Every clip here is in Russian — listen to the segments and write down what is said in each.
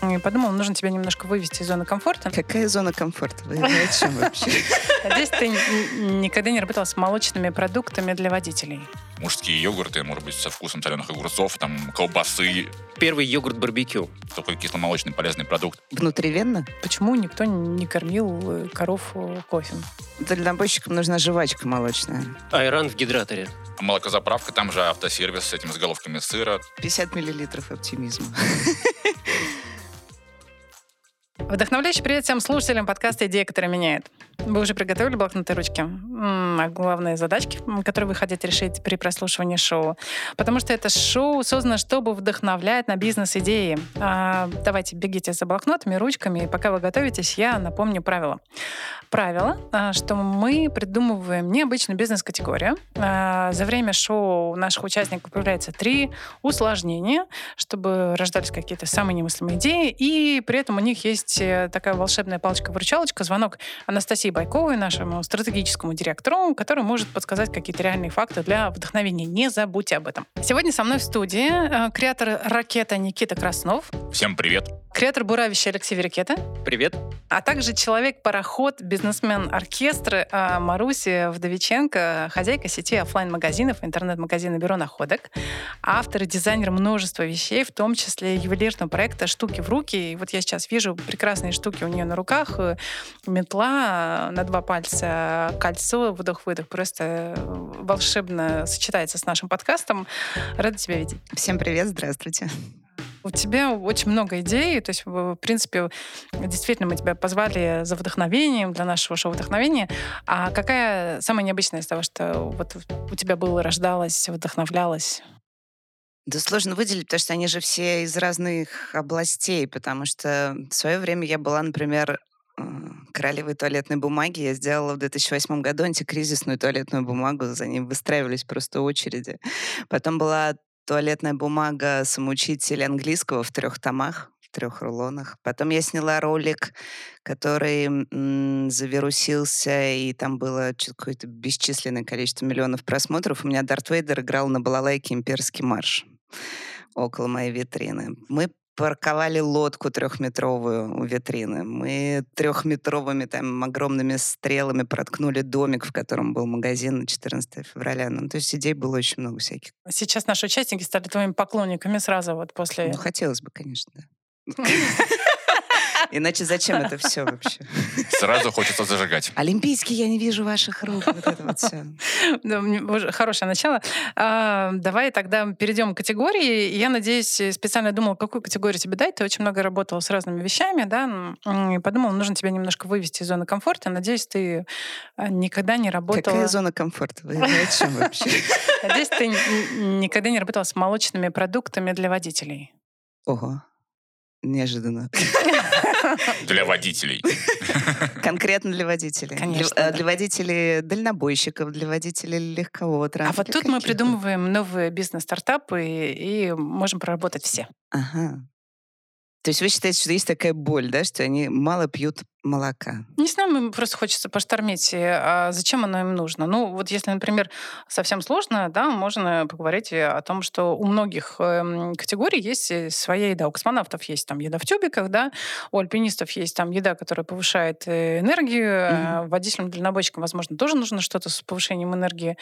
и подумал, нужно тебя немножко вывести из зоны комфорта. Какая зона комфорта? Вы о чем вообще? Надеюсь, ты н- никогда не работала с молочными продуктами для водителей. Мужские йогурты, может быть, со вкусом соленых огурцов, там, колбасы. Первый йогурт барбекю. Такой кисломолочный полезный продукт. Внутривенно? Почему никто не кормил э, коров э, кофе? Дальнобойщикам нужна жвачка молочная. Айран в гидраторе. Молокозаправка, там же автосервис с этими с головками сыра. 50 миллилитров оптимизма. Вдохновляющий привет всем слушателям подкаста «Идея, которая меняет». Вы уже приготовили блокнот и ручки? М, а главные задачки, м, которые вы хотите решить при прослушивании шоу? Потому что это шоу создано, чтобы вдохновлять на бизнес-идеи. А, давайте, бегите за блокнотами, ручками, и пока вы готовитесь, я напомню правила. Правило, а, что мы придумываем необычную бизнес-категорию. А, за время шоу у наших участников появляется три усложнения, чтобы рождались какие-то самые немыслимые идеи. И при этом у них есть э, такая волшебная палочка-выручалочка, звонок Анастасии Байковой, нашему стратегическому директору, который может подсказать какие-то реальные факты для вдохновения. Не забудьте об этом. Сегодня со мной в студии э, креатор ракета Никита Краснов, Всем привет. креатор буравища Алексей Верикета, Привет. а также человек-пароход, бизнесмен оркестра э, Маруси Вдовиченко, хозяйка сети офлайн-магазинов, интернет-магазина «Бюро находок», автор и дизайнер множества вещей, в том числе ювелирного проекта «Штуки в руки». И вот я сейчас вижу прекрасные штуки у нее на руках. э, Метла э, на два пальца, кольцо, вдох-выдох. Просто э, волшебно сочетается с нашим подкастом. Рада тебя видеть. Всем привет, здравствуйте. У тебя очень много идей, то есть, в в принципе, действительно, мы тебя позвали за вдохновением для нашего шоу «Вдохновение». А какая самая необычная из того, что вот у тебя было, рождалось, вдохновлялось? Да сложно выделить, потому что они же все из разных областей, потому что в свое время я была, например, э, королевой туалетной бумаги. Я сделала в 2008 году антикризисную туалетную бумагу, за ней выстраивались просто очереди. Потом была туалетная бумага самоучитель английского в трех томах, в трех рулонах. Потом я сняла ролик, который м, завирусился, и там было чё- какое-то бесчисленное количество миллионов просмотров. У меня Дарт Вейдер играл на балалайке «Имперский марш» около моей витрины. Мы парковали лодку трехметровую у витрины. Мы трехметровыми там огромными стрелами проткнули домик, в котором был магазин на 14 февраля. Ну, то есть идей было очень много всяких. Сейчас наши участники стали твоими поклонниками сразу вот после... Ну, хотелось бы, конечно, да. Иначе зачем это все вообще? Сразу хочется зажигать. Олимпийский, я не вижу ваших рук. Вот это вот все. Да, мне ну, уже Хорошее начало. А, Давай тогда перейдем к категории. Я надеюсь, э, специально думала, какую категорию тебе дать. Ты очень много работала с разными вещами, да, м, и подумала, нужно тебя немножко вывести из зоны комфорта. Надеюсь, ты э, никогда не работала... Какая зона комфорта? Вы о чем вообще? Надеюсь, А ты н- н- никогда не работала с молочными продуктами для водителей. Ого. Неожиданно. Для водителей. Конкретно для водителей. Конечно, Для, э, да. для водителей дальнобойщиков, для водителей легкового А вот транспорта. тут мы каких-то. придумываем новые бизнес-стартапы и, и можем проработать все. Ага. То есть вы считаете, что есть такая боль, да, что они мало пьют молока? Не знаю, им просто хочется поштормить, э, а зачем оно им нужно. Ну, вот если, например, совсем сложно, да, можно поговорить э, о том, что у многих эм, категорий есть э, своя еда. У космонавтов есть там еда в тюбиках, да, у альпинистов есть там еда, которая повышает э, энергию, э, водителям-дальнобойщикам, возможно, тоже нужно что-то с повышением энергии.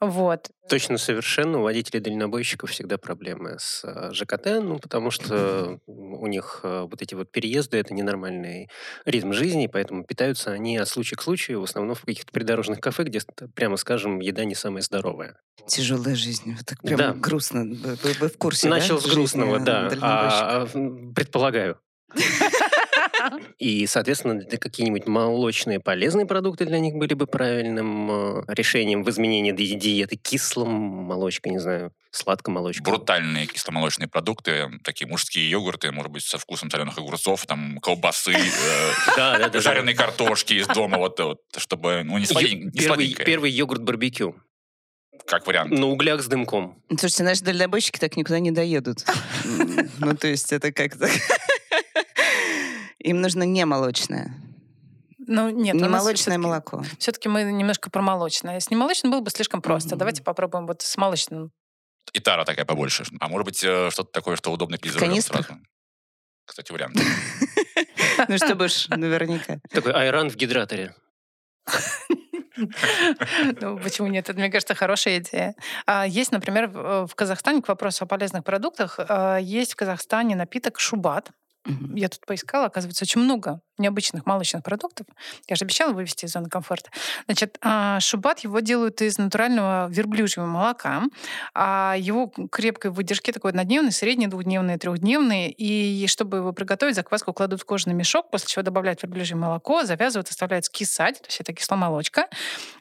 Вот. Точно совершенно. У водителей дальнобойщиков всегда проблемы с э, ЖКТ, ну, потому что у них э, вот эти вот переезды — это ненормальный ритм жизни, поэтому питаются они от случая к случаю, в основном в каких-то придорожных кафе, где, прямо скажем, еда не самая здоровая. Тяжелая жизнь. Вот так прям Да. грустно. Вы, вы- вы в курсе, да, Начал с жизни, грустного, э, да. дальнобойщиков? А, м, предполагаю. И, соответственно, для- какие-нибудь молочные полезные продукты для них были бы правильным э, решением в изменении ди- диеты кислым молочка, не знаю, сладком молочка. Брутальные кисломолочные продукты, такие мужские йогурты, может быть, со вкусом соленых огурцов, там, колбасы, э, Да, да, да, да. жареной картошки из дома, вот, вот, чтобы, ну, не Ё- сладенькое, не Первый, сладенькое, первый йогурт барбекю. как вариант. На углях с дымком. Ну, Слушайте, наши дальнобойщики так никуда не доедут. М, Ну, то есть это как-то... Им нужно не молочное. Ну, нет, Не молочное молоко. Все-таки мы немножко про молочное. С немолочным было бы слишком просто. Мгм. Давайте попробуем вот с молочным И тара такая побольше. А может быть, э, что-то такое, что удобно к канистрах? сразу. Кстати, вариант. Ну, чтобы уж наверняка. Такой айран в гидраторе. Ну, почему нет? Это, мне кажется, хорошая идея. А, Есть, например, в в Казахстане, к вопросу о полезных продуктах, а, есть в Казахстане напиток шубат. Мгм. Я тут поискала, оказывается, очень много необычных молочных продуктов. Я же обещала вывести из зоны комфорта. Значит, а, шубат его делают из натурального верблюжьего молока. А его крепкой выдержки такой однодневный, средний, двухдневный, трехдневный. И чтобы его приготовить, закваску кладут в кожаный мешок, после чего добавляют верблюжье молоко, завязывают, оставляют скисать, то есть это кисломолочка.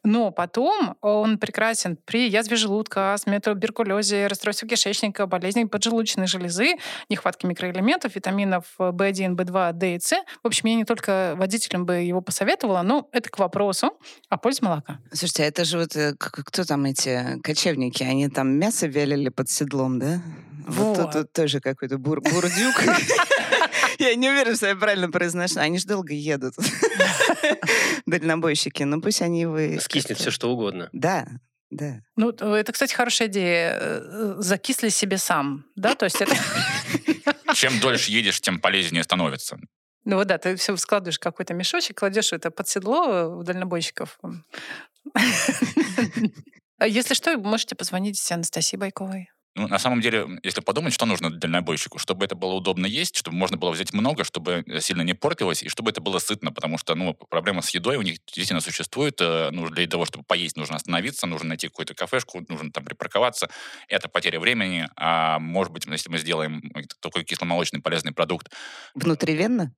Но потом э, он прекрасен при язве желудка, астме, туберкулезе, расстройстве кишечника, болезни поджелудочной железы, нехватке микроэлементов, витаминов э, B1, B2, D и С. В общем, я не только водителям бы его посоветовала, но это к вопросу о пользе молока. Слушайте, а это же вот э, к- кто там эти кочевники? Они там мясо велили под седлом, да? Вот Вот. тут вот тоже какой-то бур- бурдюк. Я не уверена, что я правильно произношу. Они же долго едут. Дальнобойщики. Ну пусть они вы... Скиснет все, что угодно. Да, да. Ну, т- это, кстати, хорошая идея. Э, Закисли себе сам, да? То есть это... Чем дольше едешь, тем полезнее становится. Ну вот да, ты все складываешь в какой-то мешочек, кладешь это под седло э, у дальнобойщиков. А Если что, можете позвонить Анастасии Байковой. Ну, на самом деле, если подумать, что нужно дальнобойщику, чтобы это было удобно есть, чтобы можно было взять много, чтобы э, сильно не портилось, и чтобы это было сытно, потому что, ну, проблема с едой у них действительно существует. э, Ну, для того, чтобы поесть, нужно остановиться, нужно найти какую-то кафешку, нужно там припарковаться. Это потеря времени. А может быть, если мы сделаем такой кисломолочный полезный продукт, Внутривенно?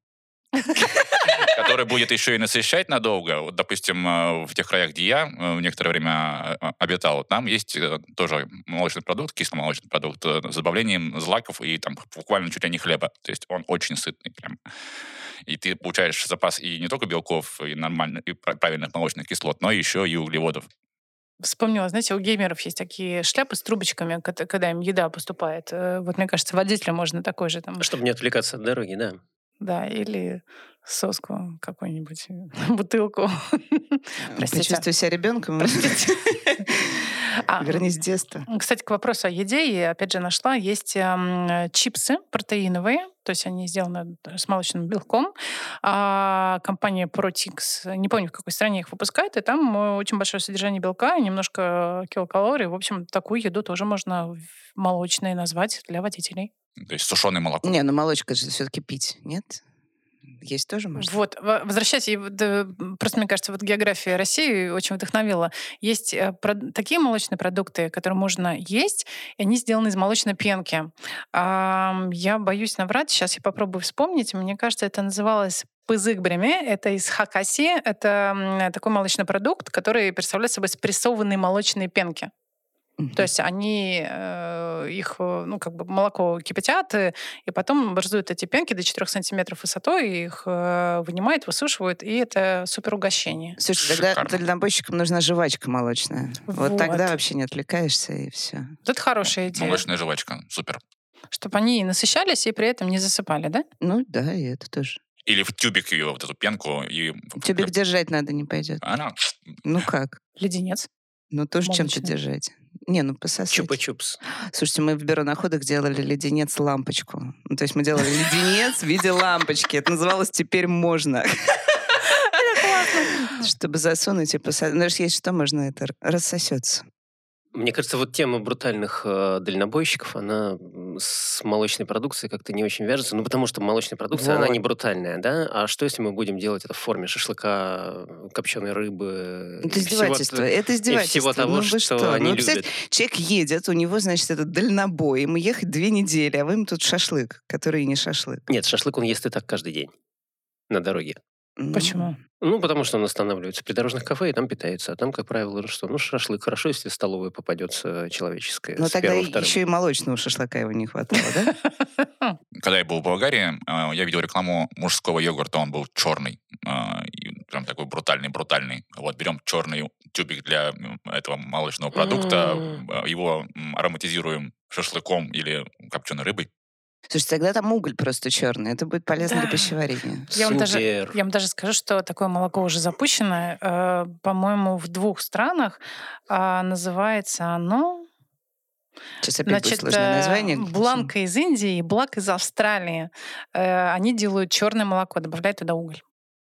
который будет еще и насыщать надолго. Вот, допустим, э, в тех краях, где я э, некоторое время э, обитал, там есть э, тоже молочный продукт, кисломолочный продукт э, с добавлением злаков и там буквально чуть ли не хлеба. То есть он очень сытный прям. И ты получаешь запас и не только белков, и нормальных, и пра- правильных молочных кислот, но еще и углеводов. Вспомнила, знаете, у геймеров есть такие шляпы с трубочками, кот- когда им еда поступает. Э, Вот, мне кажется, водителю можно такой же там, Чтобы не отвлекаться от дороги, да. да, или соску какую-нибудь, бутылку. Простите. Почувствую себя ребенком. А, Вернись с детства. Кстати, к вопросу о еде, я опять же нашла, есть эм, э, чипсы протеиновые, то есть они сделаны с молочным белком. А компания Protix, не помню, в какой стране их выпускает, и там э, очень большое содержание белка, и немножко килокалорий. В общем, такую еду тоже можно в- молочной назвать для водителей. То есть сушеное молоко. Не, ну молочка же все-таки пить, нет? Есть тоже можно? Вот, во- возвращаясь, и вот, э, просто мне кажется, вот география России очень вдохновила. Есть э, прод- такие молочные продукты, которые можно есть, и они сделаны из молочной пенки. Ам, я боюсь наврать, сейчас я попробую вспомнить. Мне кажется, это называлось пызык бреме, это из Хакасии, это м, такой молочный продукт, который представляет собой спрессованные молочные пенки. Мгм. То есть они э, их, э, ну, как бы молоко кипятят, э, и потом образуют эти пенки до 4 сантиметров высотой, и их э, вынимают, высушивают, и это супер угощение. Слушай, тогда Шикарно. дальнобойщикам нужна жвачка молочная. Вот. Вот. тогда вообще не отвлекаешься, и все. Вот это Ну, хорошая идея. Молочная жвачка. Супер. Чтобы они и насыщались и при этом не засыпали, да? Ну да, и это тоже. Или в тюбик ее, вот эту пенку. И... Тюбик держать надо не пойдет. Она Ну как? Леденец. Ну тоже чем-то Молочный. держать. Не, ну пососать. Чупа-чупс. Слушайте, мы в бюро находок делали леденец-лампочку. Ну, то есть мы делали леденец в виде лампочки. Это называлось «Теперь можно». Чтобы засунуть и посадить. Ну, ж есть что, можно это рассосется. Мне кажется, вот тема брутальных э, дальнобойщиков, она м, с молочной продукцией как-то не очень вяжется. Ну, потому что молочная продукция, она Вот. не брутальная, да? А что, если мы будем делать это в форме шашлыка, э, копченой рыбы? Это и всего Ну, издевательство. т- Это И издевательство. всего того, ну, вы что, что? они ну, представляете, любят. Человек едет, у него, значит, это дальнобой, ему ехать две недели, а вы им тут шашлык, который и не шашлык. Нет, шашлык он ест и так каждый день на дороге. Ну, Почему? Ну, потому что он останавливается в придорожных кафе и там питается. А там, как правило, ну что? Ну, шашлык хорошо, если столовая попадется человеческая. Но Ну, с тогда первым, вторым. еще и молочного шашлыка его не хватало, да? когда я был в Болгарии, э, я видел рекламу мужского йогурта, он был черный, э, и прям такой брутальный-брутальный. Вот берем черный тюбик для м, этого молочного продукта, М. э, его м, ароматизируем шашлыком или копченой рыбой. Слушай, тогда там уголь просто черный, это будет полезно для Да. пищеварения. Я вам даже- Супер. Я вам даже скажу, что такое молоко уже запущено. Э, по-моему, в двух странах А, называется оно Сейчас опять будет сложное э, название. Бланка из Индии и Блак из Австралии. Э, Они делают черное молоко, добавляют туда уголь.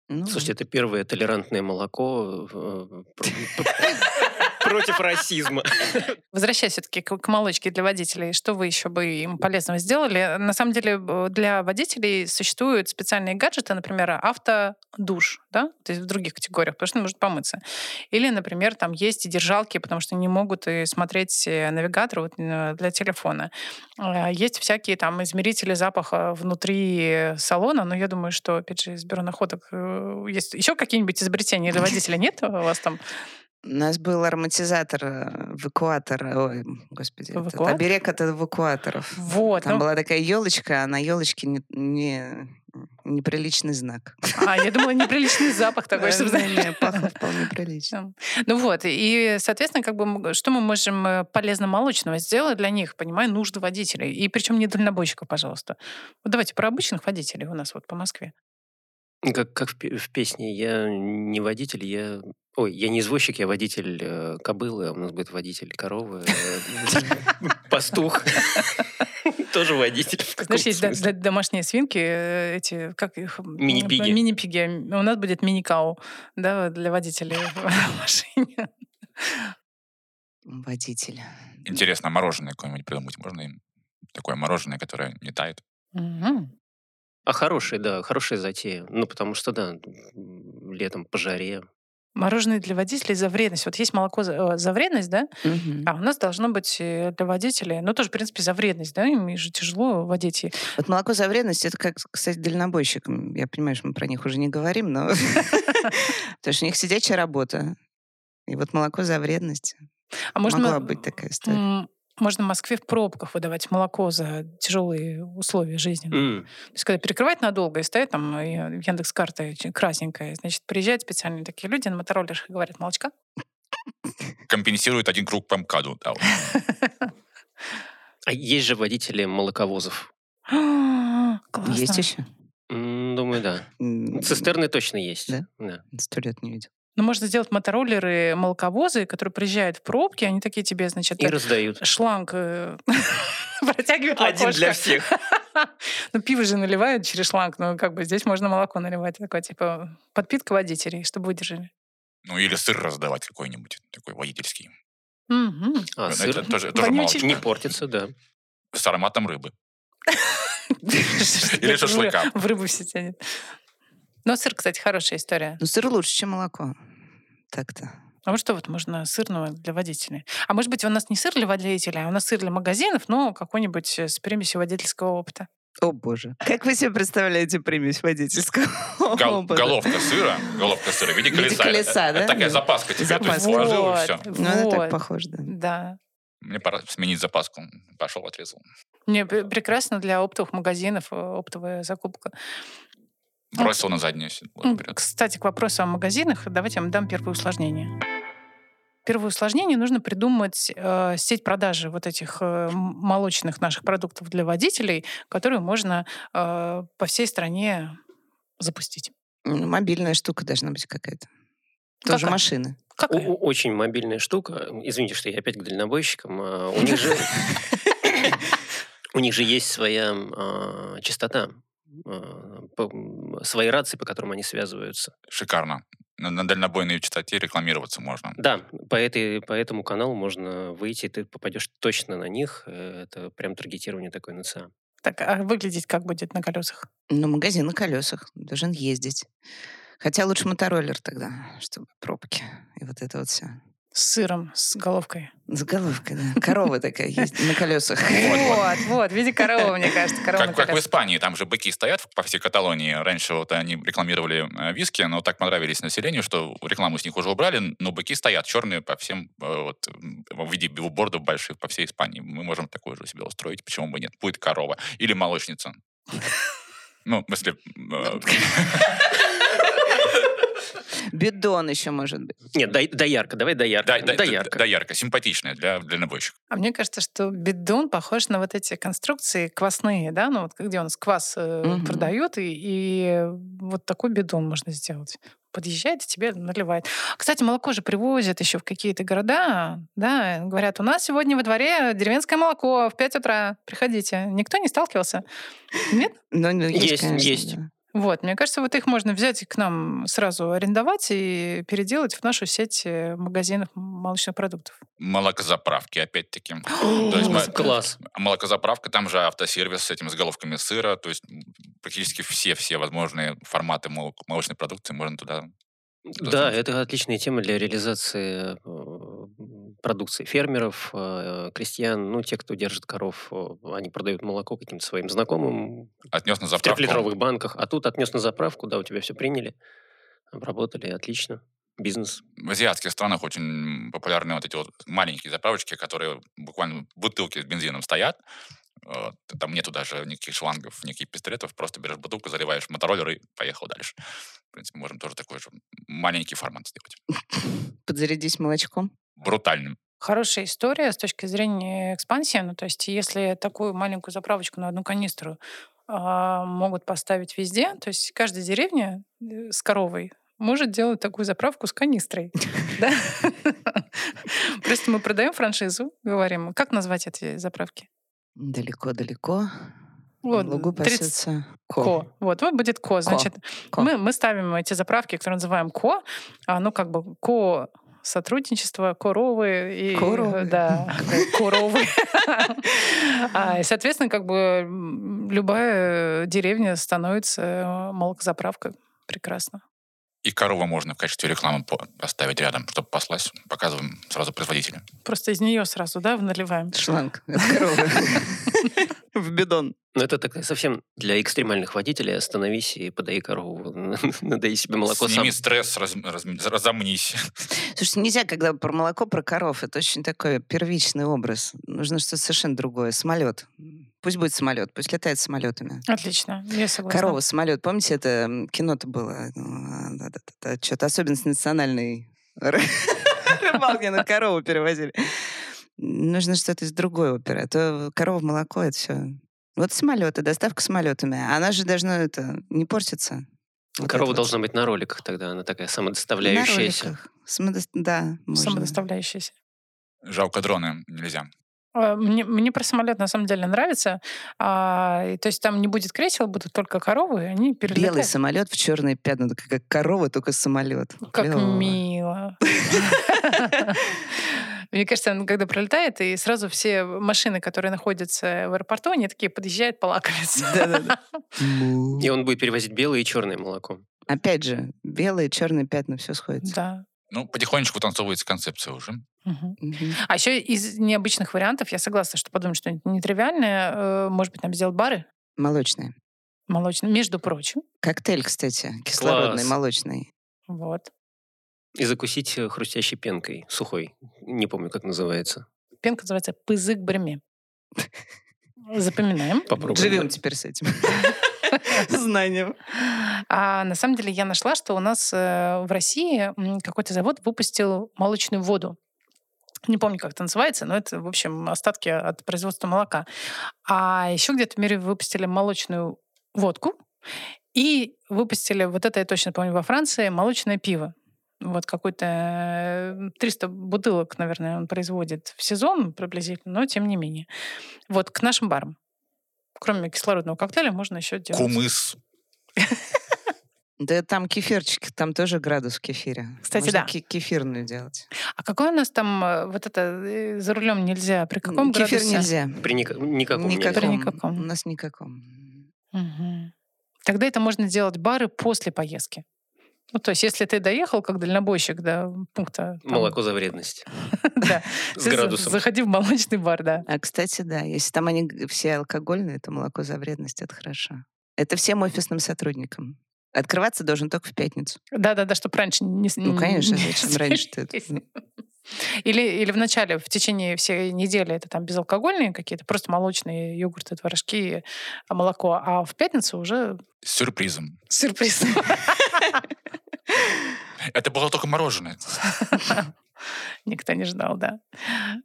Ну, Слушайте, это первое толерантное молоко э, про- против расизма. Возвращаясь все-таки к, к молочке для водителей, что вы еще бы им полезного сделали? На самом деле б- для водителей существуют специальные гаджеты, например, автодуш, да, то есть в других категориях, потому что он может помыться. Или, например, там есть и держалки, потому что не могут и смотреть э, навигатор вот, э, для телефона. Э, Есть всякие там измерители запаха внутри э, салона, но я думаю, что, опять же, из бюро находок э, есть еще какие-нибудь изобретения для водителя? Нет у вас там? У нас был ароматизатор, э, эвакуатор. Ой, господи, этот Эвакуатор? оберег от эвакуаторов. Вот. Там ну, была такая елочка, а на елочке не, не- неприличный знак. А, я думала, неприличный запах Э, такой, чтобы... знаешь, Не-не, пахло вполне прилично. Ну вот, и, соответственно, как бы, м, что мы можем э, полезно-молочного сделать для них, понимая нужды водителей. И причем не дальнобойщиков, пожалуйста. Вот давайте про обычных водителей у нас вот по Москве. Как, как в, пе- в песне, я не водитель, я... Ой, я не извозчик, я водитель э, кобылы, а у нас будет водитель коровы. э, Пастух. Тоже водитель. в Знаешь, есть каком-то д- д- домашние свинки, э, эти, как их? м, Мини-пиги. Мини-пиги. а, У нас будет мини-кау, да, для водителей в машине. Водитель. Интересно, а мороженое какое-нибудь придумать можно им? Такое мороженое, которое не тает. Мгм. А хорошая, да, хорошая затея. Ну, потому что, да, м, летом по жаре. Мороженое для водителей за вредность. Вот есть молоко за э, за вредность, да? Мгм. А у нас должно быть э, для водителей, ну тоже, в принципе, за вредность, да, им же тяжело водить. И Вот молоко за вредность, это как, кстати, дальнобойщикам. Я понимаю, что мы про них уже не говорим, но... Потому что у них сидячая работа. И вот молоко за вредность. А можно, Могла быть такая история. м, можно в Москве в пробках выдавать молоко за тяжелые условия жизни. М, То есть, когда перекрывать надолго и стоит там Яндекс карта красненькая, значит, приезжают специальные такие люди на мотороллерах и говорят, молочка. Компенсирует один круг по МКАДу. да, вот. А есть же водители молоковозов. Классно. а Есть еще? М, Думаю, да. Цистерны точно есть. Да? Да. Сто лет не видел. Ну, можно сделать мотороллеры, молоковозы, которые приезжают в пробки, они такие тебе, значит, И так раздают. шланг э, протягивают в окошко. всех. Ну, пиво же наливают через шланг, но как бы здесь можно молоко наливать. Такое, типа, подпитка водителей, чтобы выдержали. Ну, или сыр раздавать какой-нибудь, такой водительский. Ну, Мгм. А Это сыр тоже, тоже Вонючий. молочный. не портится, да. С ароматом рыбы. Или Или шашлыка. В рыбу все тянет. Но сыр, кстати, хорошая история. Ну, сыр лучше, чем молоко. Так-то. А вот что вот можно сырного для водителей? А может быть, у нас не сыр для водителей, а у нас сыр для магазинов, но какой-нибудь э, с примесью водительского опыта. О, боже. Как вы себе представляете примесь водительского Гол- опыта? головка сыра, головка сыра в виде В виде колеса. колеса, Это да? такая Да. запаска тебе. то есть Запаска. положил, и Вот, все. Ну, это так вот, похоже, да. Да. Мне пора сменить запаску. Пошел, отрезал. Не, пр- прекрасно для оптовых магазинов, э, оптовая закупка. Бросил на заднее седло. Ну, вперед. Кстати, к вопросу о магазинах, давайте я вам дам первое усложнение. Первое усложнение нужно придумать э, сеть продажи вот этих э, м- молочных наших продуктов для водителей, которую можно э, по всей стране запустить. Ну, Мобильная штука должна быть какая-то. Какая? Тоже машины. Как? О- о- Очень мобильная штука. Извините, что я опять к дальнобойщикам. А, У них же... У них же есть своя а, частота, а, по- м, свои рации, по которым они связываются. Шикарно. На, на дальнобойной частоте рекламироваться можно. Да, по, этой, по этому каналу можно выйти, ты попадешь точно на них. Э, Это прям таргетирование такое на ЦА. Так, а выглядеть как будет на колесах? Но магазин на колесах. Должен ездить. Хотя лучше мотороллер тогда, чтобы пробки. И вот это вот все. С сыром, с головкой. С головкой, да. Корова такая есть на колесах. Вот, вот, в виде коровы, мне кажется. корова Как, на как в колесах. Испании, там же быки стоят по всей Каталонии. Раньше вот они рекламировали э, виски, но так понравились населению, что рекламу с них уже убрали, но быки стоят черные по всем, э, вот, м, в виде билбордов больших по всей Испании. Мы можем такое же себе устроить, почему бы нет. Будет корова или молочница. Ну, в смысле, э, Бидон еще может быть. Нет, дай- доярка, давай да- доярка. да- доярка. да- доярка, симпатичная для дальнобойщиков. А мне кажется, что бидон похож на вот эти конструкции квасные, да, ну вот где у нас квас э, Мгм. продают, и, и вот такой бидон можно сделать. подъезжает и тебе наливает. Кстати, молоко же привозят еще в какие-то города, да, говорят, у нас сегодня во дворе деревенское молоко в 5 утра, приходите. Никто не сталкивался? Нет? Ну, ну, Есть, конечно, есть. да. Вот, мне кажется, вот их можно взять и к нам сразу арендовать и переделать в нашу сеть э, магазинов молочных продуктов. Молокозаправки, опять-таки. То есть мы- Класс. Молокозаправка, там же автосервис с этими с головками сыра. То есть м, практически все-все возможные форматы мол- молочной продукции можно туда... Ну, Да, это отличная тема для реализации э, продукции фермеров, э, крестьян, ну, те, кто держит коров, э, они продают молоко каким-то своим знакомым Отнес на в заправку. трехлитровых банках, а тут отнес на заправку, да, у тебя все приняли, обработали, отлично, бизнес. в азиатских странах очень популярны вот эти вот маленькие заправочки, которые буквально бутылки с бензином стоят. Э, Там нету даже никаких шлангов, никаких пистолетов. Просто берешь бутылку, заливаешь в мотороллер и поехал дальше. В принципе, можем тоже такой же маленький формат сделать. Подзарядись молочком. Брутальным. Хорошая история с точки зрения экспансии. Ну, то есть, если такую маленькую заправочку на одну канистру а, могут поставить везде, то есть каждая деревня э, с коровой может делать такую заправку с канистрой. Да? Просто мы продаем франшизу, говорим, как назвать эти заправки? Далеко-далеко. Вот, в лугу 30 пасется Ко. Вот, вот будет ко. Значит, Ко. Мы, мы ставим эти заправки, которые называем ко, а, ну, как бы ко сотрудничество, коровы и... Коровы. Да, коровы. А, И, соответственно, как бы м, любая деревня становится э, молокозаправкой. Прекрасно. И корову можно в качестве рекламы по- поставить рядом, чтобы паслась. Показываем сразу производителя. Просто из нее сразу, да, наливаем. Шланг от коровы. В бидон. Но Ну, это такая совсем для экстремальных водителей остановись и подай корову, надай себе молоко сам. Сними стресс, раз- разм- разомнись. Слушай, нельзя, когда про молоко, про коров. Это очень такой первичный образ. Нужно что-то совершенно другое. Самолет. Пусть будет самолет, пусть летает самолетами. Отлично, я согласна. Корова, самолет. Помните, это м, кино-то было? А, Что-то особенность национальной ры- рыбалки на корову перевозили. Нужно что-то из другой оперы. А то корова, молоко, это все. Вот самолеты, доставка самолетами. Она же должна это не портиться. Вот Корова это вот. должна быть на роликах тогда, она такая На самодоставляющаяся. роликах. Самодос- Да, можно. Самодоставляющаяся. Жалко дроны нельзя. А, Мне, мне про самолет на самом деле нравится. А, и то есть там не будет кресел, будут только коровы, и они перелетают. Белый самолет в черные пятна, да как корова, только самолет. Как Клёво. мило. Мне кажется, он когда пролетает, и сразу все машины, которые находятся в аэропорту, они такие подъезжают полакомиться. Да-да-да. И он будет перевозить белое и черное молоко. Опять же, белые, черные пятна, все сходится. Да. Ну, потихонечку вытанцовывается концепция уже. Мгм. Мгм. А еще из необычных вариантов, я согласна, что подумать что-нибудь нетривиальное, э, может быть, нам сделать бары Молочные. молочные, между прочим. Коктейль, кстати, кислородный, молочный. Вот. И закусить э, хрустящей пенкой, сухой. Не помню, как называется. Пенка называется «Пызык бреми». Запоминаем. Попробуем. Живем теперь с этим. Знанием. А на самом деле я нашла, что у нас э, в России м, какой-то завод выпустил молочную воду. Не помню, как это называется, но это, в общем, остатки от производства молока. А еще где-то в мире выпустили молочную водку и выпустили, вот это я точно помню, во Франции, молочное пиво. Вот какой-то э, 300 бутылок, наверное, он производит в сезон приблизительно, но тем не менее. Вот к нашим барам. Кроме кислородного коктейля можно еще делать. Кумыс. Да там кефирчики, там тоже градус в кефире. Кстати, Можно да. ке- Кефирную делать. А какой у нас там э, вот это э, за рулем нельзя? При каком Кефир градусе? нельзя. При ника- никаком нельзя. При никаком. У нас никаком. Мгм. Тогда это можно делать бары после поездки. Ну, то есть, если ты доехал как дальнобойщик до пункта... там, Молоко за вредность. Да. С ты за- градусом. Заходи в молочный бар, да. А, кстати, да, если там они г- все алкогольные, то молоко за вредность, это хорошо. Это всем офисным сотрудникам. Открываться должен только в пятницу. Да-да-да, чтобы раньше не... с- Ну, конечно, не зачем раньше-то это? садись. Или, или в начале, в течение всей недели это там безалкогольные какие-то, просто молочные йогурты, творожки, а, молоко. А в пятницу уже С сюрпризом. сюрприз. Это было только мороженое. Никто не ждал, да.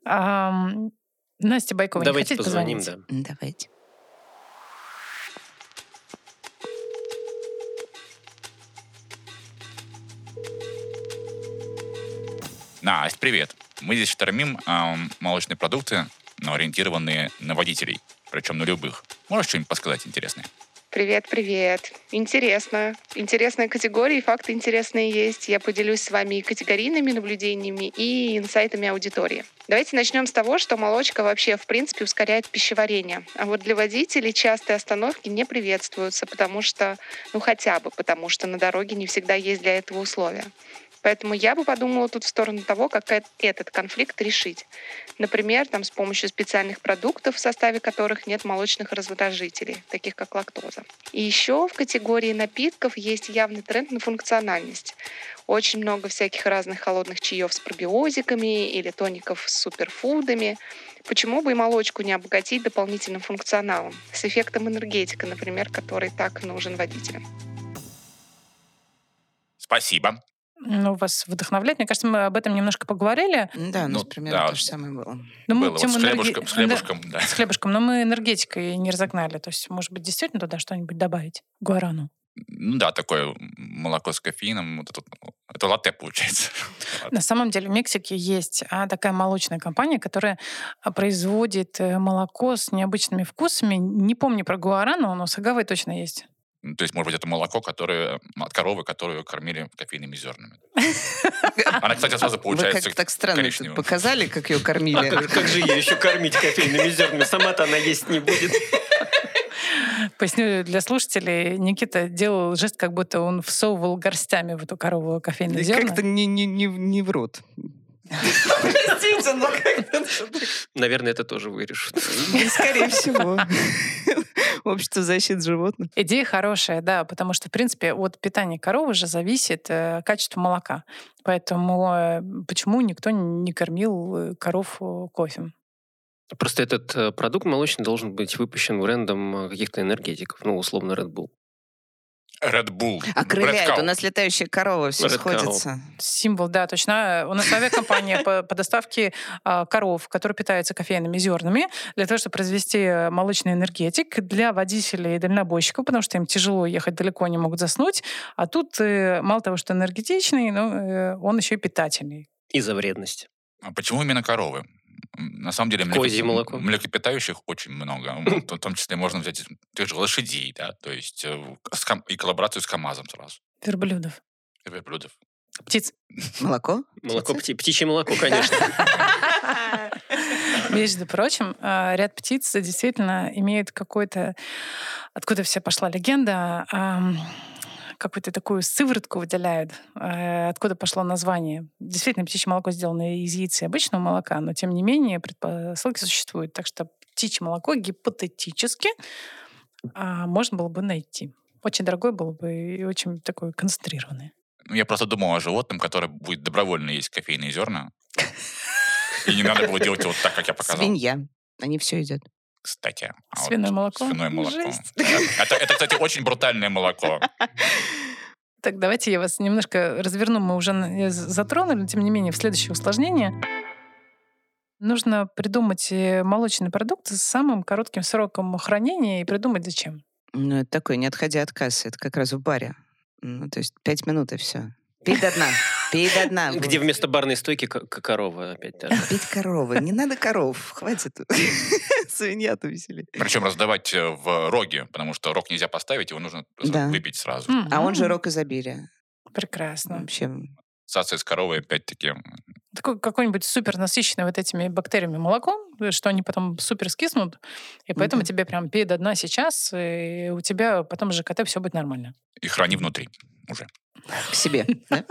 Ам, Настя Байкова, не Давайте хотите позвоним, позвонить? да. М, Давайте. Настя, привет. Мы здесь штормим эм, молочные продукты, но ориентированные на водителей, причем на любых. Можешь что-нибудь подсказать интересное? Привет, привет. Интересно. Интересная категория и факты интересные есть. Я поделюсь с вами и категорийными наблюдениями, и инсайтами аудитории. Давайте начнем с того, что молочка вообще, в принципе, ускоряет пищеварение. А вот для водителей частые остановки не приветствуются, потому что, ну хотя бы потому, что на дороге не всегда есть для этого условия. Поэтому я бы подумала тут в сторону того, как э- этот конфликт решить. Например, там, с помощью специальных продуктов, в составе которых нет молочных раздражителей, таких как лактоза. И еще в категории напитков есть явный тренд на функциональность. Очень много всяких разных холодных чаев с пробиозиками или тоников с суперфудами. Почему бы и молочку не обогатить дополнительным функционалом, с эффектом энергетика, например, который так нужен водителям? Спасибо. Ну, вас вдохновлять. Мне кажется, мы об этом немножко поговорили. Да, у нас Ну, примерно да. то же самое было. Ну, Но мы Было вот тему с энерге- хлебушком, с хлебушком, да. Да, с хлебушком, но мы энергетикой не разогнали. То есть, может быть, действительно туда что-нибудь добавить? Гуарану. Ну да, такое молоко с кофеином. вот это, вот. это латте получается. На самом деле в Мексике есть а, такая молочная компания, которая а, производит э, молоко с необычными вкусами. Не помню про гуарану, но с агавой точно есть. Ну, То есть, может быть, это молоко, которое от коровы, которую кормили кофейными зернами. Она, кстати, сразу А, Вы получается как так странно тут коричневым. показали, как ее кормили. А Как, как же ее еще кормить кофейными зернами? Сама-то она есть не будет. Поясню для слушателей, Никита делал жест, как будто он всовывал горстями в эту корову кофейное И зерна. Как-то не, не, не, не в рот. Простите, но как-то... Наверное, это тоже вырежут. Скорее всего. Общество защиты животных. Идея хорошая, да, потому что, в принципе, от питания коровы же зависит э, качество молока. Поэтому э, почему никто не кормил э, коров э, кофе? Просто этот э, продукт молочный должен быть выпущен брендом э, каких-то энергетиков, ну, условно, Red Bull. Red Bull. Red Окрыляет. Cow. А У нас летающая корова, все Red cow. сходится. Символ, да, точно. э, У нас авиакомпания по, по доставке а, коров, которые питаются кофейными зернами, для того, чтобы произвести э, молочный энергетик для водителей и дальнобойщиков, потому что им тяжело ехать далеко, они могут заснуть. А тут э, мало того, что энергетичный, но э, он еще и питательный. Из-за вредности. А почему именно коровы? М, На самом деле млеко- Козье молоко. млекопитающих очень много. Вот, В том числе можно взять тех же лошадей, да, то есть э, с кам- и коллаборацию с КАМАЗом сразу. Верблюдов. Верблюдов. Птиц. Молоко? Молоко, пти- птичье молоко, конечно. Между прочим, э, ряд птиц действительно имеет какой-то... Откуда вся пошла легенда? ам, какую-то такую сыворотку выделяют, э, откуда пошло название. Действительно, птичье молоко сделано из яиц и обычного молока, но тем не менее предпосылки существуют. Так что птичье молоко гипотетически а, можно было бы найти. Очень дорогое было бы и очень такое концентрированное. Ну, я просто думал о животном, которое будет добровольно есть кофейные зерна. И не надо было делать вот так, как я показал. Свинья. Они все едят. Кстати. а вот Свиное молоко. Свиное молоко. Жесть. Да. Это, это, кстати, очень брутальное молоко. Так, давайте я вас немножко разверну. Мы уже на- э, з- затронули, но тем не менее, в следующее усложнение. Нужно придумать э, молочный продукт с самым коротким сроком хранения и придумать зачем. Ну, это такое, не отходя от кассы. Это как раз в баре. Ну, то есть пять минут и все. Пей до дна. Пей до А, дна. Где Вот. вместо барной стойки к- к- корова опять даже. Пить коровы. Не надо коров. Хватит. Свинья-то веселее. Причем раздавать э, в роге, потому что рог нельзя поставить, его нужно Да. выпить сразу. Хм. А он же Мгм. рок изобилия. Прекрасно. Вообще. Ассоциация с коровой, опять-таки, Такой какой-нибудь супер насыщенный вот этими бактериями молоком, э, что они потом супер скиснут, и поэтому Да. тебе прям пей до дна сейчас, э, и у тебя потом с ЖКТ все будет нормально. и храни внутри уже. В себе. да?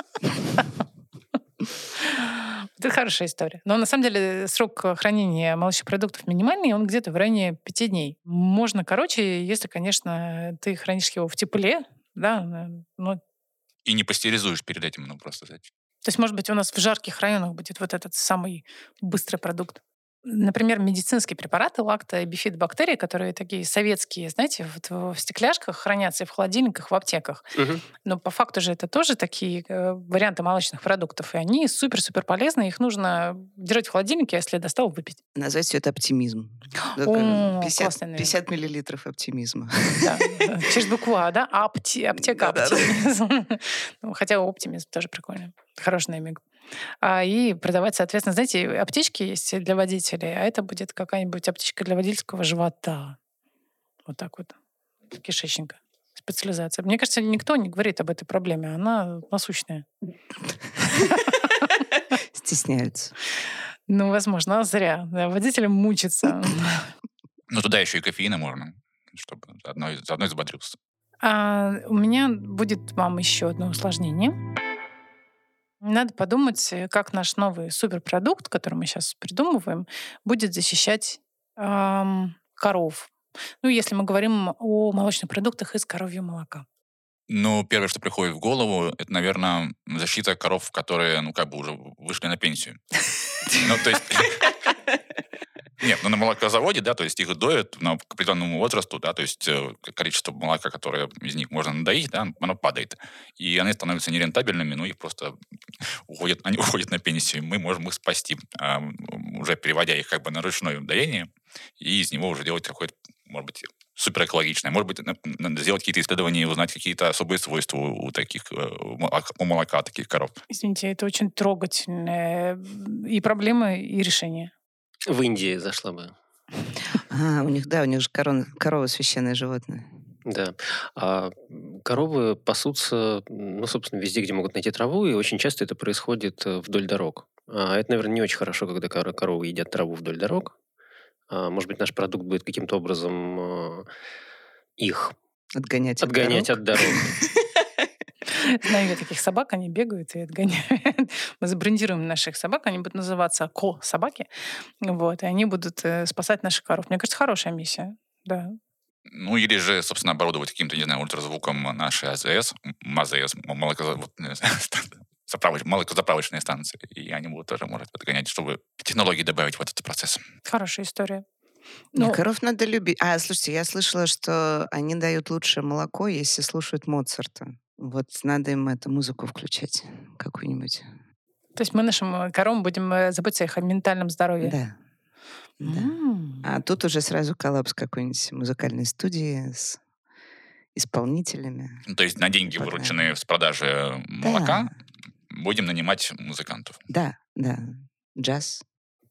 Это хорошая история. Но на самом деле э, срок хранения молочных продуктов минимальный, он где-то в районе пяти дней. Можно короче, если, конечно, ты хранишь его в тепле, да, но И не пастеризуешь перед этим, ну просто, знаете. то есть, может быть, у нас в жарких районах будет вот этот самый быстрый продукт. Например, медицинские препараты, лакта и бифидобактерии, которые такие советские, знаете, вот в стекляшках хранятся и в холодильниках, в аптеках. Мгм. Но по факту же это тоже такие э, варианты молочных продуктов, и они супер-супер полезны, их нужно держать в холодильнике, а если достал, выпить. Назвать все это оптимизм. О, 50, классный, наверное. 50 миллилитров оптимизма. Да. Через букву А, да? Апти- Аптека Да-да-да. оптимизм. Ну, Хотя оптимизм тоже прикольно. Хороший нейминг. а, и продавать, соответственно, знаете, аптечки есть для водителей, а это будет какая-нибудь аптечка для водительского живота. Вот так вот, кишечника. Специализация. Мне кажется, никто не говорит об этой проблеме, она насущная. Стесняются. Ну, возможно, а зря. Да, Водителям мучиться. Ну, туда еще и кофеина можно, чтобы заодно, и- заодно и взбодрился. А, у меня будет вам еще одно усложнение. Надо подумать, э, как наш новый суперпродукт, который мы сейчас придумываем, будет защищать ам, коров. Ну, если мы говорим о молочных продуктах из коровьего молока. Ну, первое, что приходит в голову, это, наверное, защита коров, которые, ну, как бы уже вышли на пенсию. Ну, то есть... Нет, ну на молокозаводе, да, то есть их доят ну, к определенному возрасту, да, то есть э, количество молока, которое из них можно надоить, да, оно падает. И они становятся нерентабельными, ну, их просто уходят, они уходят на пенсию. Мы можем их спасти, а, м, уже переводя их как бы на ручное доение, и из него уже делать какой-то, может быть, суперэкологичное. Может быть, на- надо сделать какие-то исследования и узнать какие-то особые свойства у у таких, э, у молока, у молока таких коров. Извините, это очень трогательное и проблемы, и решение. В Индии зашла бы. А, у них, да, у них же корон- корова священное животное. Да. А м, коровы пасутся, м, ну, собственно, везде, где могут найти траву, и очень часто это происходит э, вдоль дорог. А это, наверное, не очень хорошо, когда коро- коровы едят траву вдоль дорог. А, может быть, наш продукт будет каким-то образом э, их Отгонять. от отгонять дорог. от дорог. Знаю я таких собак, они бегают и отгоняют. Мы забрендируем наших собак, они будут называться ко-собаки, вот, и они будут э, спасать наших коров. Мне кажется, хорошая миссия, да. Ну, или же, собственно, оборудовать каким-то, не знаю, ультразвуком э, наши АЗС, м, АЗС, м, молокоза- вот, э, станция, заправоч- молокозаправочные станции, и они будут тоже, может, подгонять, чтобы технологии добавить в этот процесс. Хорошая история. Не, Ну, коров надо любить. А, слушайте, я слышала, что они дают лучшее молоко, если слушают Моцарта. Вот надо им эту музыку включать какую-нибудь. то есть мы нашим э, коровам будем э, заботиться о их ментальном здоровье. Да. Да. М. А тут уже сразу коллапс какой-нибудь музыкальной студии с исполнителями. Ну, то есть на деньги, Подгонять. вырученные с продажи э, молока, будем нанимать музыкантов. Да, да. Джаз.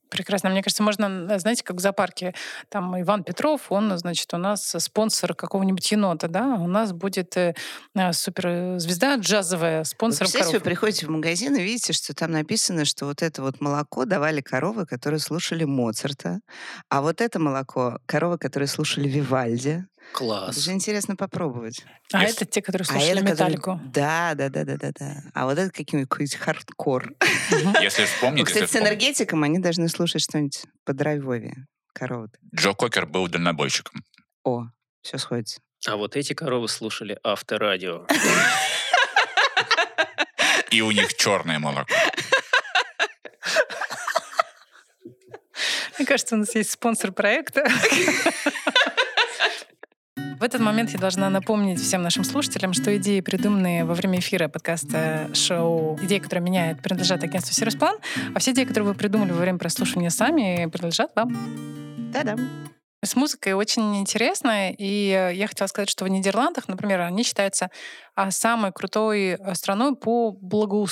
Прекрасно. Мне кажется, можно, э, знаете, как в зоопарке, там Иван Петров, он, значит, у нас спонсор какого-нибудь енота, да, у нас будет э, э, суперзвезда джазовая, Вот спонсор представляете, вы коров. приходите в магазин и видите, что там написано, что вот это вот молоко давали коровы, которые слушали Моцарта, а вот это молоко коровы, которые слушали Вивальди. Это Класс. же интересно попробовать. А Если- это те, которые А слушали это, которые- металлику. Да, да, да, да, да, да. А вот это каким- какой-нибудь хардкор. Мгм. Если Ну, вспомнить... если кстати, с вспомнить, энергетиком они должны слушать что-нибудь по драйвове коровы. Джо Кокер был дальнобойщиком. О, все сходится. А вот эти коровы слушали авторадио. И у них черное молоко. Мне кажется, у нас есть спонсор проекта. В этот момент я должна напомнить всем нашим слушателям, что идеи, придуманные во время эфира подкаста шоу «Идеи, которые меняют», принадлежат агентству «Сервисплан», а все идеи, которые вы придумали во время прослушивания сами, принадлежат вам. Да-да. С музыкой очень интересно, и э, я хотела сказать, что в Нидерландах, например, они считаются а, самой крутой э, страной по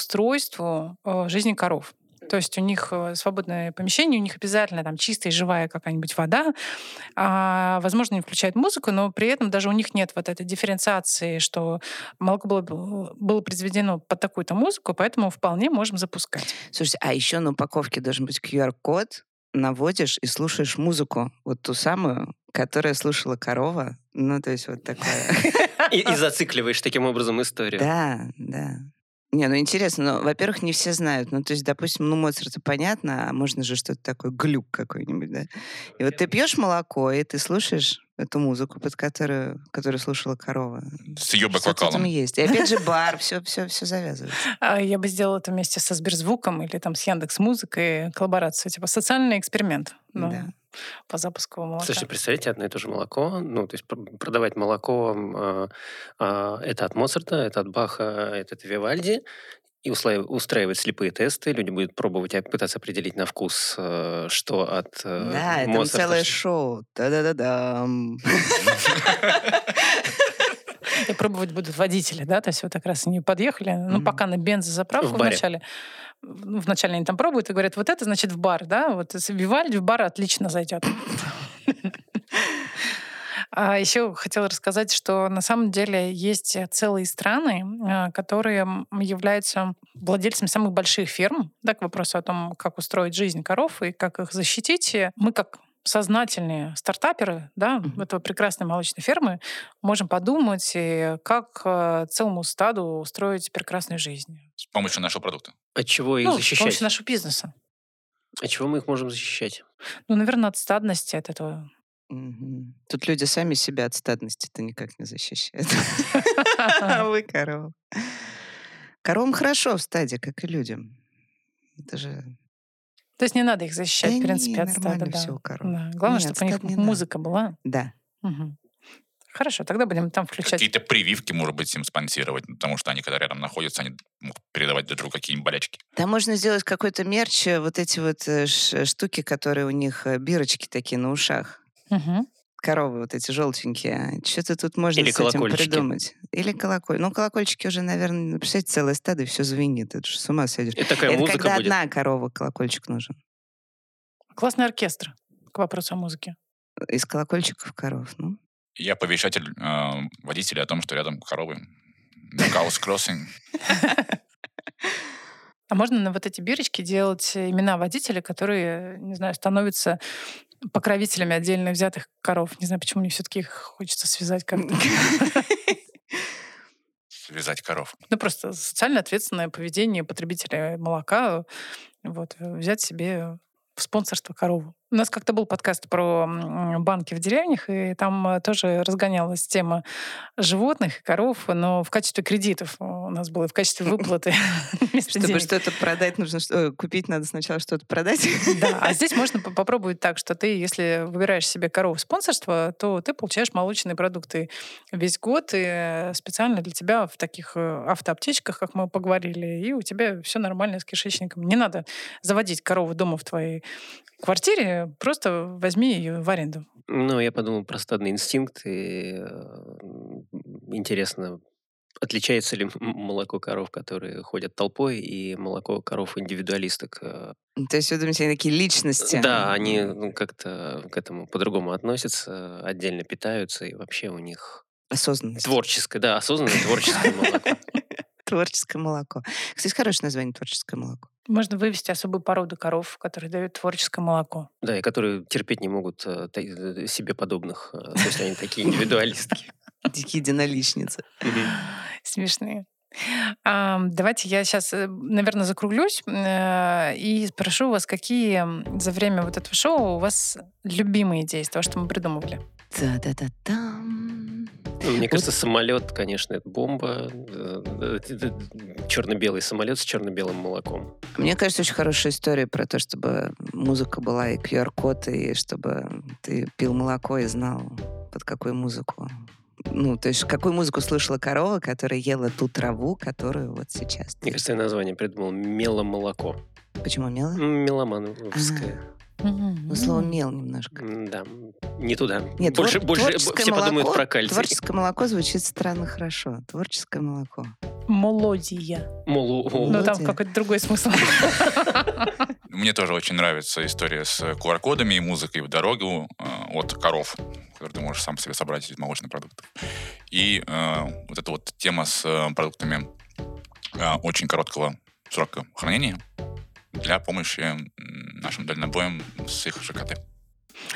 благоустройству э, жизни коров. То есть у них э, свободное помещение, у них обязательно там чистая и живая какая-нибудь вода. А, возможно, не включают музыку, но при этом даже у них нет вот этой дифференциации, что молоко было, было произведено под такую-то музыку, поэтому вполне можем запускать. Слушайте, а еще на упаковке должен быть QR-код, наводишь и слушаешь музыку, вот ту самую, которая слушала корова. Ну, то есть вот такое. И, и зацикливаешь таким образом историю. Да, да. Не, ну интересно, но, во-первых, не все знают. Ну, то есть, допустим, ну, Моцарта понятно, а можно же что-то такое, глюк какой-нибудь, да? И вот ты пьешь молоко, и ты слушаешь эту музыку, под которую, которую слушала корова. С ее Что-то там бэк-вокалом. есть. И опять же бар, все, все, все завязывается. А Я бы сделала это вместе со Сберзвуком или там с Яндекс Музыкой коллаборацию, типа социальный эксперимент ну, Да. по запуску молока. Слушайте, представляете, одно и то же молоко, ну, то есть пр- продавать молоко, м, а, а, это от Моцарта, это от Баха, это от Вивальди, и услаив- устраивать слепые тесты, люди будут пробовать, а, пытаться определить на вкус, э, что от э, Да, это Моцарта, целое что- шоу. Да-да-да-дам. Я пробовала пробовать будут водители, да? То есть вот как раз они подъехали, ну, Мгм. пока на бензозаправку В баре. вначале. Ну, вначале они там пробуют и говорят, вот это значит в бар, да? Вот с- Вивальди в бар отлично зайдет. А еще хотела рассказать, что на самом деле есть целые страны, а, которые м, являются владельцами самых больших ферм, да, к вопросу о том, как устроить жизнь коров и как их защитить. Мы как сознательные стартаперы, да, Мгм. этого прекрасной молочной фермы, можем подумать, э, как э, целому стаду устроить прекрасную жизнь. с помощью нашего продукта. От чего их Ну, с защищать? помощью нашего бизнеса. От чего мы их можем защищать? Ну, наверное, от стадности, от этого. Мгм. Тут люди сами себя от стадности-то никак не защищают. Вы корова. Коровам хорошо в стаде, как и людям. Это же... То есть не надо их Да защищать, в не, принципе, от стада. нормально да. все у коров. Да. Главное, Не, от чтобы у них стада не надо. музыка была. Да. Мгм. Хорошо, тогда будем там включать. Какие-то прививки, может быть, им спонсировать, потому что они, когда рядом находятся, они могут передавать друг другу какие-нибудь болячки. Там можно сделать какой-то мерч, э, вот эти вот э, ш- штуки, которые у них, э, бирочки такие на ушах. Мгм. Коровы вот эти желтенькие. Что-то тут можно Или с этим колокольчики. придумать. Или колоколь. Ну, колокольчики уже, наверное, представляете, целое стадо, и все звенит. Это же с ума сойдешь. Это такая Это музыка когда будет. одна корова колокольчик нужен. Классный оркестр к вопросу о музыке. Из колокольчиков коров. Ну, Я повещатель э, водителя о том, что рядом коровы. Каус Кроссинг. А можно на вот эти бирочки делать э, имена водителей, которые, не знаю, становятся покровителями отдельно взятых коров. Не знаю, почему мне все-таки их хочется связать как-то. Вязать коров. Ну, просто социально ответственное поведение потребителя молока. Вот, э, взять себе в спонсорство корову. У нас как-то был подкаст про м, банки в деревнях, и там э, тоже разгонялась тема животных и коров, но в качестве кредитов у нас было, и в качестве выплаты. вместо чтобы денег. что-то продать, нужно что- э, купить, надо сначала что-то продать. Да, а здесь можно по- попробовать так, что ты, если выбираешь себе корову в спонсорство, то ты получаешь молочные продукты весь год и э, специально для тебя в таких э, автоаптечках, как мы поговорили, и у тебя все нормально с кишечником. Не надо заводить корову дома в твоей квартире, просто возьми ее в аренду. Ну, я подумал про стадный инстинкт, и э, м, интересно, отличается ли м- молоко коров, которые ходят толпой, и молоко коров-индивидуалисток. э. а То есть, вы думаете, они такие личности? Да, они ну, как-то к этому по-другому относятся, отдельно питаются, и вообще у них Осознанность. творческое, да, осознанное творческое молоко. Творческое молоко. Кстати, хорошее название творческое молоко. Можно вывести особую породу коров, которые дают творческое молоко. Да, и которые терпеть не могут э, та- э, себе подобных, э, то есть они такие индивидуалистки. Дикие единоличницы. Смешные. А, Давайте я сейчас, наверное, закруглюсь э, и спрошу вас, какие м, за время вот этого шоу у вас любимые идеи из того, что мы придумывали? Та-та-та-там. Ну, Мне кажется, самолет, конечно, это бомба. э, Черно-белый самолет с черно-белым молоком. Мне кажется, очень хорошая история про то, чтобы музыка была и QR-код, и чтобы ты пил молоко и знал, под какую музыку. Ну, то есть, какую музыку слышала корова, которая ела ту траву, которую вот сейчас. ты- Мне кажется, я название придумал меломолоко. Почему мела? М, Меломановское. Ну, слово мел немножко. М, Да, не туда. Нет, больше, твор- больше б- творческое все подумают молоко- про кальций. Творческое молоко звучит странно хорошо. Творческое молоко. Мелодия. Моло- о, Но Мелодия. Ну, там какой-то другой смысл. Мне тоже очень нравится история с QR-кодами и музыкой в дорогу э, от коров, которые ты можешь сам себе собрать из молочных продуктов. И э, вот эта вот тема с э, продуктами э, очень короткого срока хранения для помощи м, нашим дальнобоям с их ЖКТ.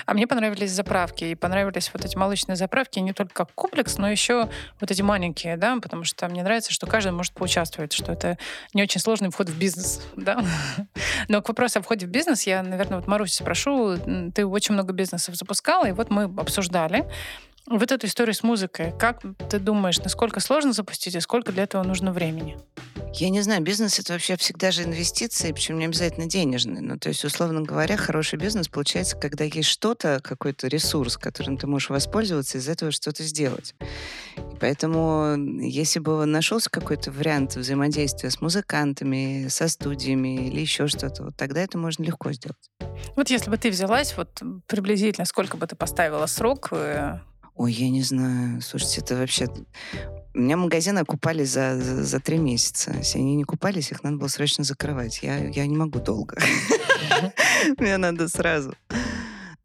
А мне понравились заправки, и понравились вот эти молочные заправки, не только как комплекс, но еще вот эти маленькие, да, потому что мне нравится, что каждый может поучаствовать, что это не очень сложный вход в бизнес, да. Но к вопросу о входе в бизнес я, наверное, вот Маруси спрошу, м, ты очень много бизнесов запускала, и вот мы обсуждали вот эту историю с музыкой. Как ты думаешь, насколько сложно запустить и сколько для этого нужно времени? Я не знаю, бизнес это вообще всегда же инвестиции, причем не обязательно денежные. Ну, то есть, условно говоря, хороший бизнес получается, когда есть что-то, какой-то ресурс, которым ты можешь воспользоваться, и из этого что-то сделать. И Поэтому, если бы нашелся какой-то вариант взаимодействия с музыкантами, со студиями или еще что-то, вот тогда это можно легко сделать. Вот если бы ты взялась, вот приблизительно сколько бы ты поставила срок? э, Ой, я не знаю. Слушайте, это вообще У меня магазины окупались за, за, за три месяца. Если они не купались, их надо было срочно закрывать. Я, я не могу долго. Мне надо сразу.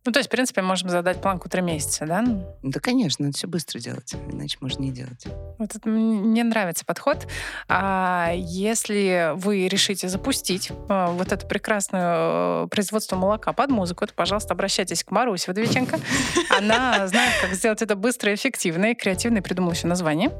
Ну, то есть, в принципе, можем задать планку три месяца, да? Да, конечно, надо все быстро делать, иначе можно не делать. Вот это мне нравится подход. А если вы решите запустить э, вот это прекрасное э, производство молока под музыку, то, пожалуйста, обращайтесь к Марусе Водовиченко. Она знает, как сделать это быстро и эффективно, и креативно, и придумала еще название.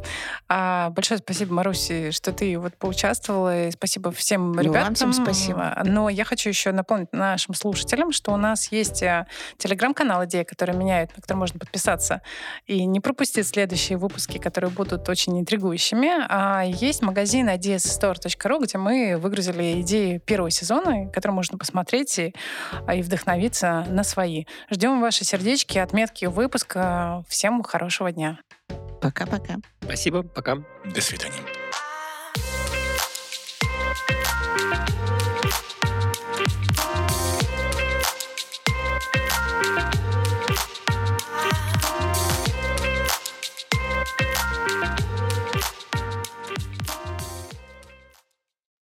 А, большое спасибо, Марусе, что ты вот поучаствовала, и спасибо всем Ну, ребятам. вам всем спасибо. Но я хочу еще напомнить нашим слушателям, что у нас есть э, телеграм-канал «Идея, которые меняют», на который можно подписаться и не пропустить следующие выпуски, которые будут очень интригующими. А есть магазин ideasstore.ru, где мы выгрузили идеи первого сезона, которые можно посмотреть и, а, и вдохновиться на свои. Ждем ваши сердечки, отметки выпуска. Всем хорошего дня. Пока-пока. Спасибо, пока. До свидания.